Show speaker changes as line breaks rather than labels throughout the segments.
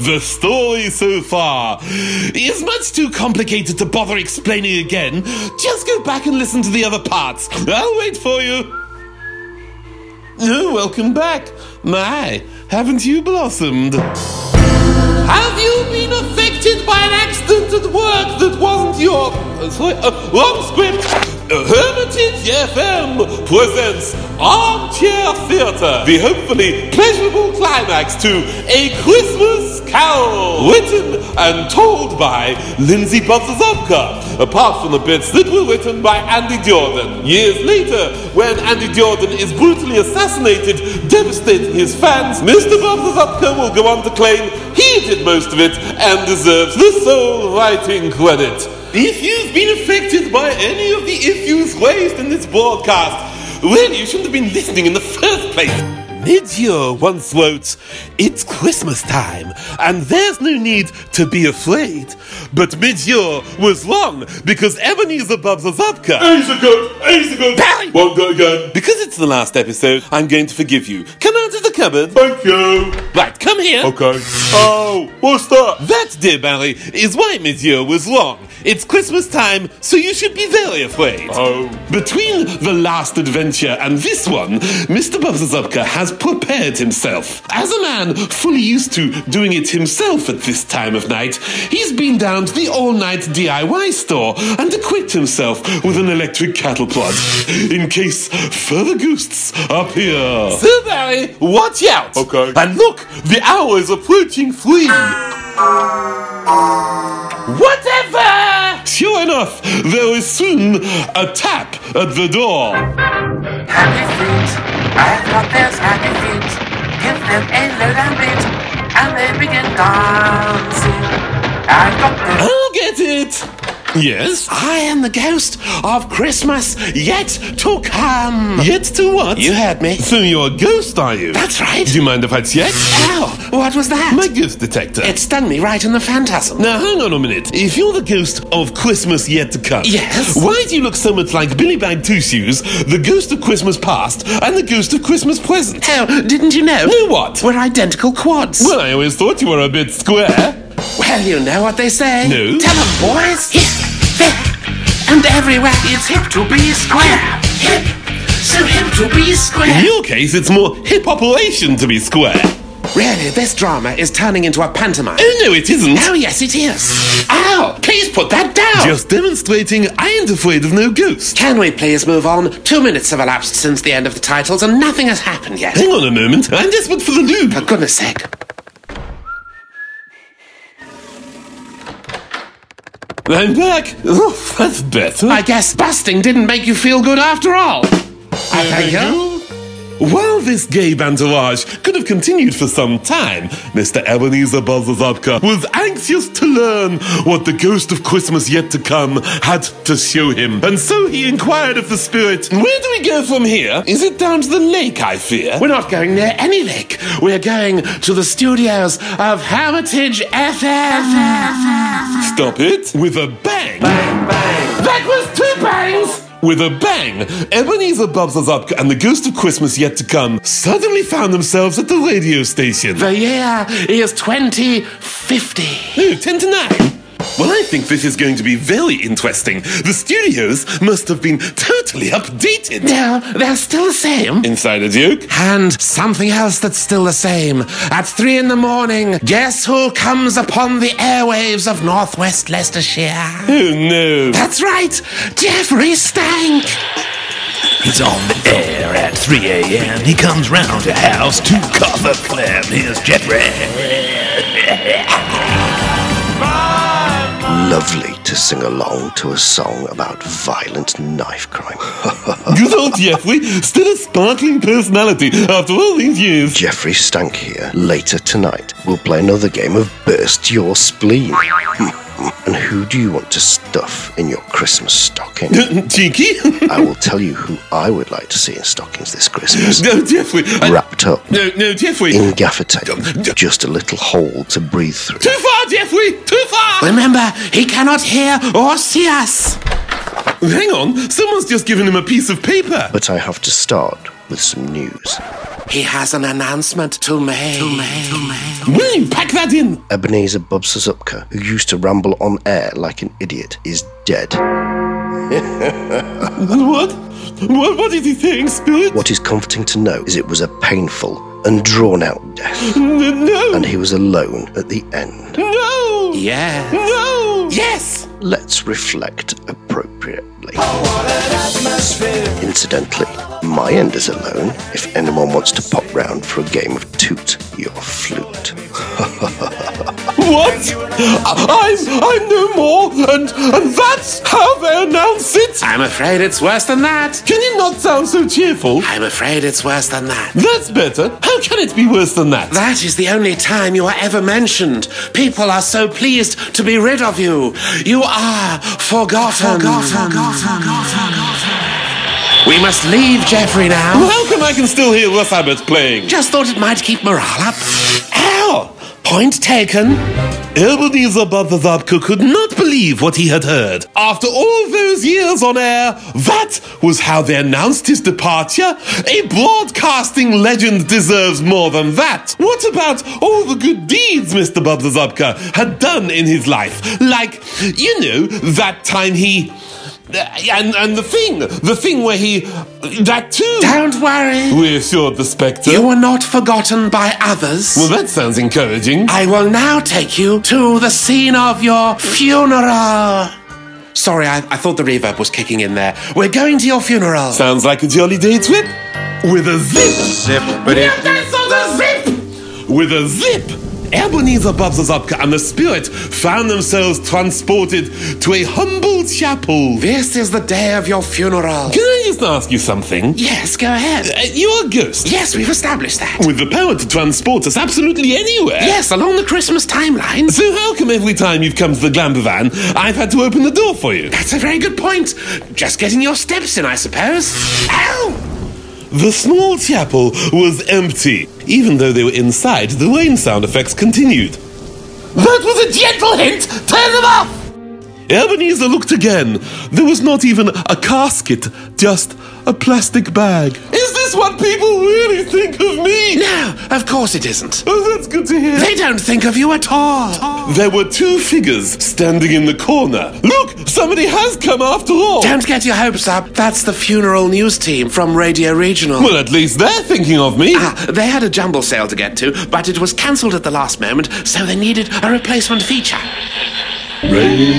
The story so far is much too complicated to bother explaining again. Just go back and listen to the other parts. I'll wait for you. Oh, welcome back. My, haven't you blossomed? Have you been affected by an accident at work that wasn't your. uh, sorry, uh, wrong script! Uh, Hermitage FM presents Armchair Theatre, the hopefully pleasurable climax to A Christmas Carol, written and told by Lindsay Butzazovka, apart from the bits that were written by Andy Jordan. Years later, when Andy Jordan is brutally assassinated, devastating his fans, Mr. Butzazovka will go on to claim he did most of it and deserves the sole writing credit. If you've been affected by any of the issues raised in this broadcast, well, you shouldn't have been listening in the first place. Meteor once wrote, It's Christmas time, and there's no need to be afraid. But Meteor was wrong, because Ebenezer Babzazabka.
Ace of cups, ace of cups.
Barry!
Won't go again.
Because it's the last episode, I'm going to forgive you. Come out of the cupboard.
Thank you.
Right, come here.
Okay. Oh, what's that?
That, dear Barry, is why Monsieur was wrong. It's Christmas time, so you should be very afraid.
Oh.
Between the last adventure and this one, Mr. Bubzazubka has prepared himself. As a man fully used to doing it himself at this time of night, he's been down to the all night DIY store and equipped himself with an electric cattle prod in case further ghosts appear. So, Barry, watch out!
Okay.
And look, the hour is approaching three. Whatever! Sure enough, there is soon a tap at the door.
Happy feet. I've got those happy feet. Give them a low down beat, and they begin dancing. I've got those.
I'll get it! Yes? I am the ghost of Christmas yet to come. Yet to what? You heard me. So you're a ghost, are you? That's right. Do you mind if I check? Ow! What was that? My ghost detector.
It stunned me right in the phantasm.
Now, hang on a minute. If you're the ghost of Christmas yet to come,
Yes.
why do you look so much like Billy Bag Two Shoes, the ghost of Christmas past, and the ghost of Christmas present?
Oh, didn't you know?
Know what?
We're identical quads.
Well, I always thought you were a bit square.
Well, you know what they say.
No.
Tell 'em, boys. Here, there, and everywhere. It's hip to be square. Hip, so hip to be square.
In your case, it's more hip operation to be square.
Really, this drama is turning into a pantomime.
Oh, no, it isn't.
Oh, yes, it is. Ow! Please put that down.
Just demonstrating I ain't afraid of no ghost.
Can we please move on? Two minutes have elapsed since the end of the titles, and nothing has happened yet.
Hang on a moment. I'm desperate for the lube.
For goodness' sake.
I'm back. Oh, that's better.
I guess busting didn't make you feel good after all. I thank you.
While this gay entourage could have continued for some time, Mr. Ebenezer Balzazabka was anxious to learn what the ghost of Christmas yet to come had to show him. And so he inquired of the spirit, Where do we go from here? Is it down to the lake, I fear?
We're not going near any lake. We're going to the studios of Hermitage FM.
Stop it. With a bang.
That was two bangs.
With a bang, Ebenezer Babzazabka and the ghost of Christmas yet to come suddenly found themselves at the radio station.
The year is 2050.
No, 10 to 9. Well, I think this is going to be very interesting. The studios must have been totally updated.
No, they're still the same.
Inside a joke?
And something else that's still the same. At three in the morning, guess who comes upon the airwaves of northwest Leicestershire?
Oh no.
That's right, Jeffrey Stank.
He's on the air at 3 a.m. He comes round to house to cover clam. Here's Jeffrey.
Lovely to sing along to a song about violent knife crime.
Good old Jeffrey, still a sparkling personality after all these years.
Jeffrey Stank here. Later tonight, we'll play another game of Burst Your Spleen. and who do you want to stuff in your Christmas stocking?
Cheeky?
I will tell you who I would like to see in stockings this Christmas.
no, Jeffrey. I-
Wrapped up
No, no, Jeffrey.
in gaffer tape, just a little hole to breathe through.
Too far, Jeffrey! Too far!
Remember, he cannot hear or see us.
Hang on, someone's just given him a piece of paper.
But I have to start with some news.
He has an announcement to make. To make.
Will you pack that in?
Ebenezer Bubsazupka, who used to ramble on air like an idiot, is dead.
What? What, what did he think, Spirit?
What is comforting to know is it was a painful and drawn out death,
N- No!
and he was alone at the end.
No!
Yeah.
No!
Yes.
Let's reflect appropriately. Incidentally, my end is alone if anyone wants to pop round for a game of toot your flute.
What? I, I'm, I'm no more, and, and that's how they announce it?
I'm afraid it's worse than that.
Can you not sound so cheerful?
I'm afraid it's worse than that.
That's better. How can it be worse than that?
That is the only time you are ever mentioned. People are so pleased to be rid of you. You are forgotten. We must leave Jeffrey now.
How come I can still hear Russ Abbott playing?
Just thought it might keep morale up.
Ow!
Point taken.
Ebenezer Babazabka could not believe what he had heard. After all those years on air, that was how they announced his departure? A broadcasting legend deserves more than that. What about all the good deeds Mr. Babazabka had done in his life? Like, you know, that time he. uh, And, and the thing, the thing where he. That too!
Don't worry.
reassured the spectre.
You were not forgotten by others.
well, that sounds encouraging.
I will now take you to the scene of your funeral. Sorry, I, I thought the reverb was kicking in there. We're going to your funeral.
Sounds like a jolly day trip. With a zip. With a zip. Ebenezer Babzazapka and the spirit found themselves transported to a humble chapel. Can
this is the day of your funeral.
I just ask you something?
Yes, go ahead.
Uh, you're a ghost.
Yes, we've established that.
With the power to transport us absolutely anywhere.
Yes, along the Christmas timeline.
So how come every time you've come to the Glamper van, I've had to open the door for you?
That's a very good point. Just getting your steps in, I suppose. Ow!
The small chapel was empty. Even though they were inside, the rain sound effects continued. That was a gentle hint! Turn them off! Ebenezer looked again. There was not even a casket, just a plastic bag. Is this what people really think of me?
No, of course it isn't.
Oh, that's good to hear.
They don't think of you at all.
There were two figures standing in the corner. Look, somebody has come after all.
Don't get your hopes up. That's the funeral news team from Radio Regional.
Well, at least they're thinking of me.
Ah, they had a jumble sale to get to, but it was cancelled at the last moment, so they needed a replacement feature.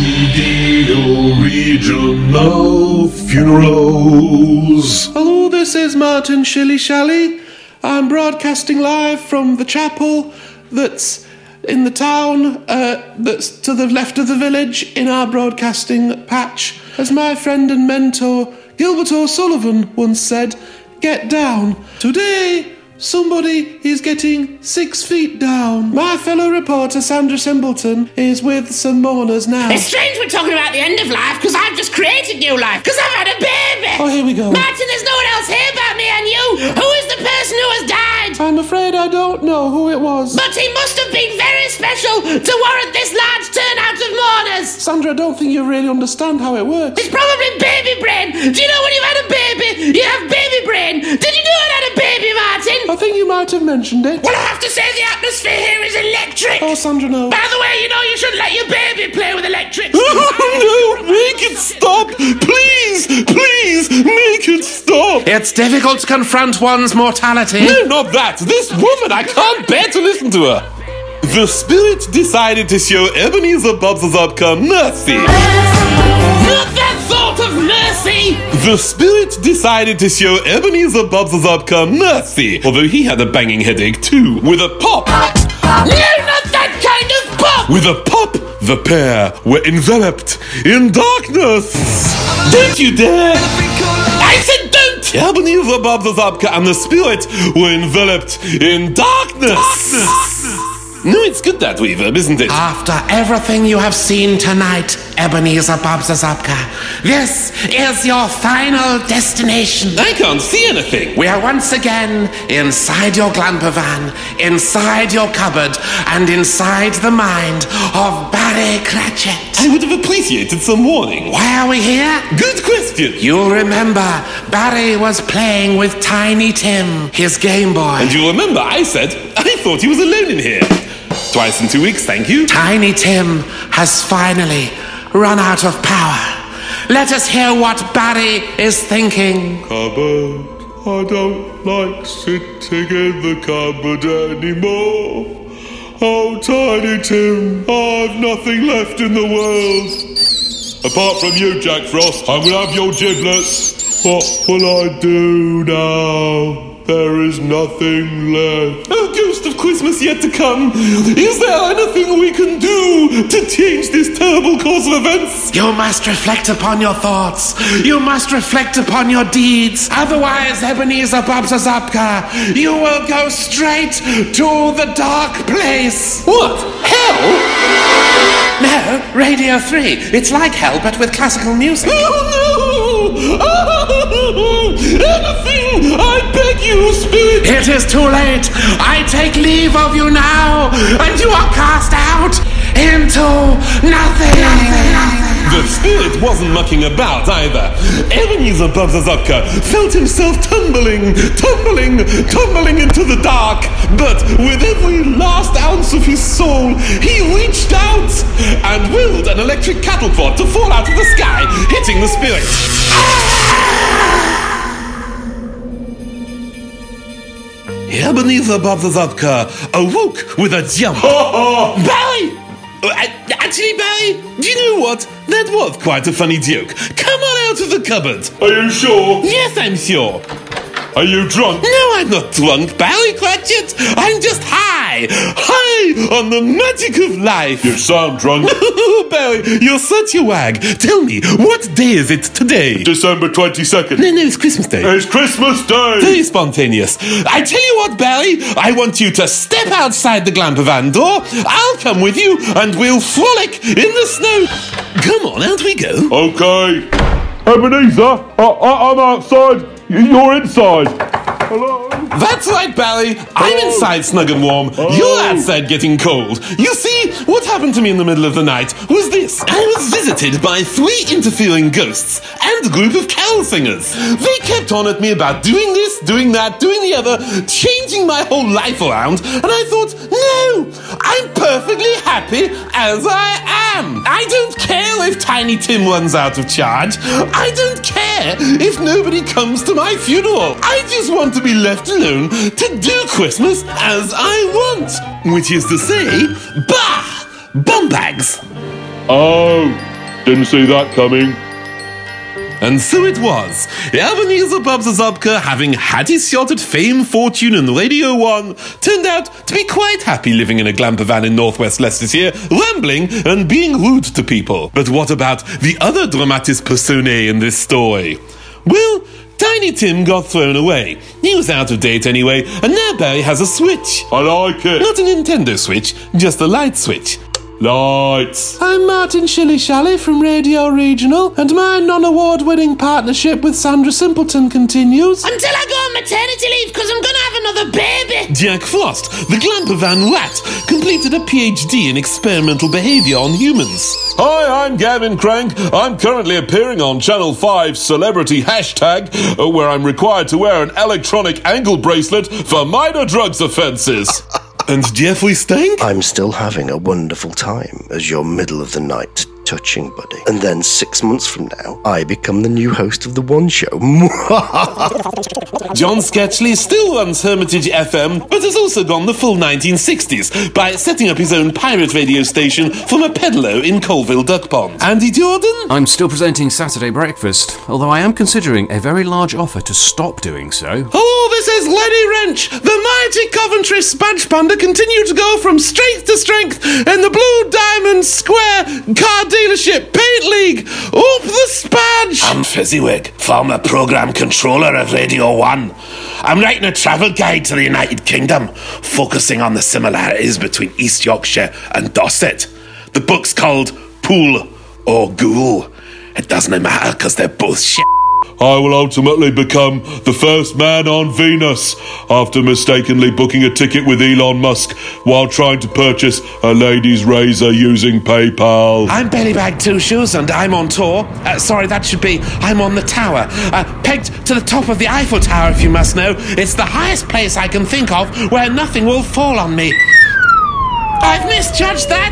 Radio Regional Funerals.
Hello, this is Martin Shilly Shally. I'm broadcasting live from the chapel that's in the town, uh, that's to the left of the village in our broadcasting patch. As my friend and mentor Gilbert O'Sullivan once said, get down. Today, somebody is getting six feet down. My fellow reporter Sandra Simpleton is with some mourners now.
It's strange we're talking about the end of life because I've just created new life because I've had a baby.
Oh, here we go.
Martin, there's no one else here but me and you. Who is the person who has died?
I'm afraid I don't know who it was.
But he must have been very special to warrant this large turnout of mourners.
Sandra, I don't think you really understand how it works.
It's probably baby brain. Do you know when you've had a baby, you have baby brain? Did you know I had a baby, Martin?
I think you might have mentioned it.
Well, I have to say the atmosphere here is electric.
Oh, Sandra, no.
By the way, you know you shouldn't let your baby play with
Oh,
electrics.
no, make it stop! Please, please, make it stop!
It's difficult to confront one's mortality.
No, not that! This woman, I can't bear to listen to her! The spirit decided to show Ebenezer Bubzazabka mercy!
Not that sort of mercy.
The spirit decided to show Ebenezer Bubzazabka mercy, although he had a banging headache too, with a pop!
No, not that kind of pop!
With a pop, the pair were enveloped in darkness! Don't you dare!
I said don't!
Ebenezer Bob the Zabka and the spirit were enveloped in darkness. No, it's good that reverb, isn't it?
After everything you have seen tonight, Ebenezer Bobzazapka, this is your final destination.
I can't see anything.
We are once again inside your glamper van, inside your cupboard, and inside the mind of Barry Cratchit.
I would have appreciated some warning.
Why are we here?
Good question.
You'll remember
Barry was playing with Tiny Tim, his Game Boy.
And you'll remember I said I thought he was alone in here. Twice in two weeks, thank you.
Tiny Tim has finally run out of power. Let us hear what Barry is thinking.
Cupboard, I don't like sitting in the cupboard anymore. Oh, Tiny Tim, I've nothing left in the world. Apart from you, Jack Frost, I'm gonna have your giblets. What will I do now? There is nothing left.
Oh, ghost of Christmas yet to come. Is there anything we can do to change this terrible course of events?
You must reflect upon your thoughts. You must reflect upon your deeds. Otherwise, Ebenezer Babzazapka, you will go straight to the dark place.
What? Hell?
No, Radio 3. It's like hell, but with classical music.
Oh no! Oh, anything! I beg you, spirit
It is too late. I take leave of you now, and you are cast out into nothing.
The spirit wasn't mucking about either. Ebenezer Babzazopka felt himself tumbling, tumbling, tumbling into the dark. But with every last ounce of his soul, he reached out and willed an electric cattle prod to fall out of the sky, hitting the spirit. Ebenezer Babzazopka awoke with a jump. Barry! Uh, a- Actually, Barry, do you know what? That was quite a funny joke. Come on out of the cupboard.
Are you sure?
Yes, I'm sure.
Are you drunk?
No, I'm not drunk, Barry Cratchit. I'm just high. High on the magic of life. Oh,
You sound drunk.
Barry, you're such a wag. Tell me, what day is it today?
December 22nd.
No, no, it's Christmas Day.
It's Christmas Day.
very spontaneous. I tell you what, Barry, I want you to step outside the Glampervan door. I'll come with you and we'll frolic in the snow. Come on, out we go.
Okay. Ebenezer, I- I- I'm outside. Y- You're inside. Hello?
That's right, Barry. I'm
Oh.
inside snug and warm. You're outside getting cold. You see, what happened to me in the middle of the night was this. I was visited by three interfering ghosts and a group of carol singers. They kept on at me about doing this, doing that, doing the other, changing my whole life around, and I thought, no, I'm perfectly happy as I am. I don't care if Tiny Tim runs out of charge. I don't care if nobody comes to my funeral. I just want to be left alone to do Christmas as I want. Which is to say, bah! Bum bags!
Oh, didn't see that coming.
And so it was. Ebenezer Babzazopka, having had his shot at fame, fortune, and Radio 1, turned out to be quite happy living in a glamper van in northwest Leicestershire, rambling and being rude to people. But what about the other dramatis personae in this story? Well, Tiny Tim got thrown away. He was out of date anyway, and now Barry has a switch.
I like it.
Not a Nintendo Switch, just a light switch.
Lights.
I'm Martin Shilly Shally from Radio Regional, and my non award winning partnership with Sandra Simpleton continues.
Until I go on maternity leave because I'm gonna have another baby.
Jack Frost, the Glampervan rat, completed a PhD in experimental behavior on humans.
Hi, I'm Gavin Crank. I'm currently appearing on Channel 5's celebrity hashtag, uh, where I'm required to wear an electronic ankle bracelet for minor drugs offences.
And Jeffrey Stank?
I'm still having a wonderful time as your middle of the night touching buddy. And then six months from now, I become the new host of The One Show.
John Sketchley still runs Hermitage FM, but has also gone the full 1960s by setting up his own pirate radio station from a pedalo in Colville Duck Pond. Andy Jordan?
I'm still presenting Saturday Breakfast, although I am considering a very large offer to stop doing so.
Oh, this is Lenny Wrench. The mighty Coventry Sponge Panda continue to go from strength to strength in the Blue Diamond Square Car Dealership Paint League. Up the Sponge!
I'm Fezziwig, former program controller of Radio 1. I'm writing a travel guide to the United Kingdom, focusing on the similarities between East Yorkshire and Dorset. The book's called Pool or Ghoul. It doesn't matter because they're both shit.
I will ultimately become the first man on Venus after mistakenly booking a ticket with Elon Musk while trying to purchase a lady's razor using PayPal.
I'm Bellybag Two Shoes and I'm on tour. Uh, sorry, that should be I'm on the tower. Uh, pegged to the top of the Eiffel Tower, if you must know. It's the highest place I can think of where nothing will fall on me. I've misjudged that.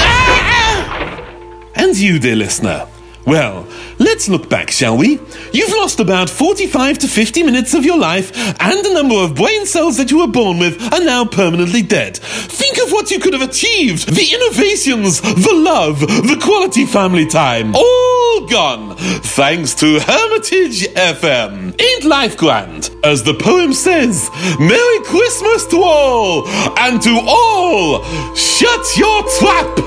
Ah!
And you, dear listener. Well, let's look back, shall we? You've lost about 45 to 50 minutes of your life, and the number of brain cells that you were born with are now permanently dead. Think of what you could have achieved the innovations, the love, the quality family time. All gone, thanks to Hermitage FM. Ain't life grand? As the poem says, Merry Christmas to all, and to all, shut your trap!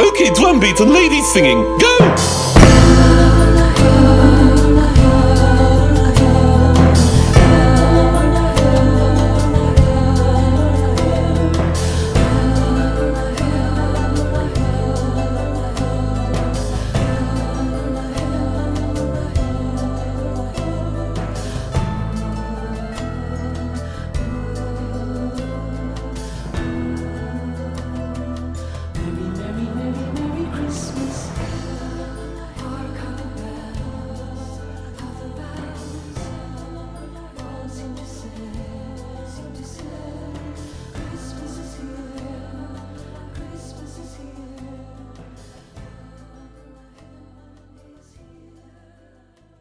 Okay, drumbeat and ladies singing, go!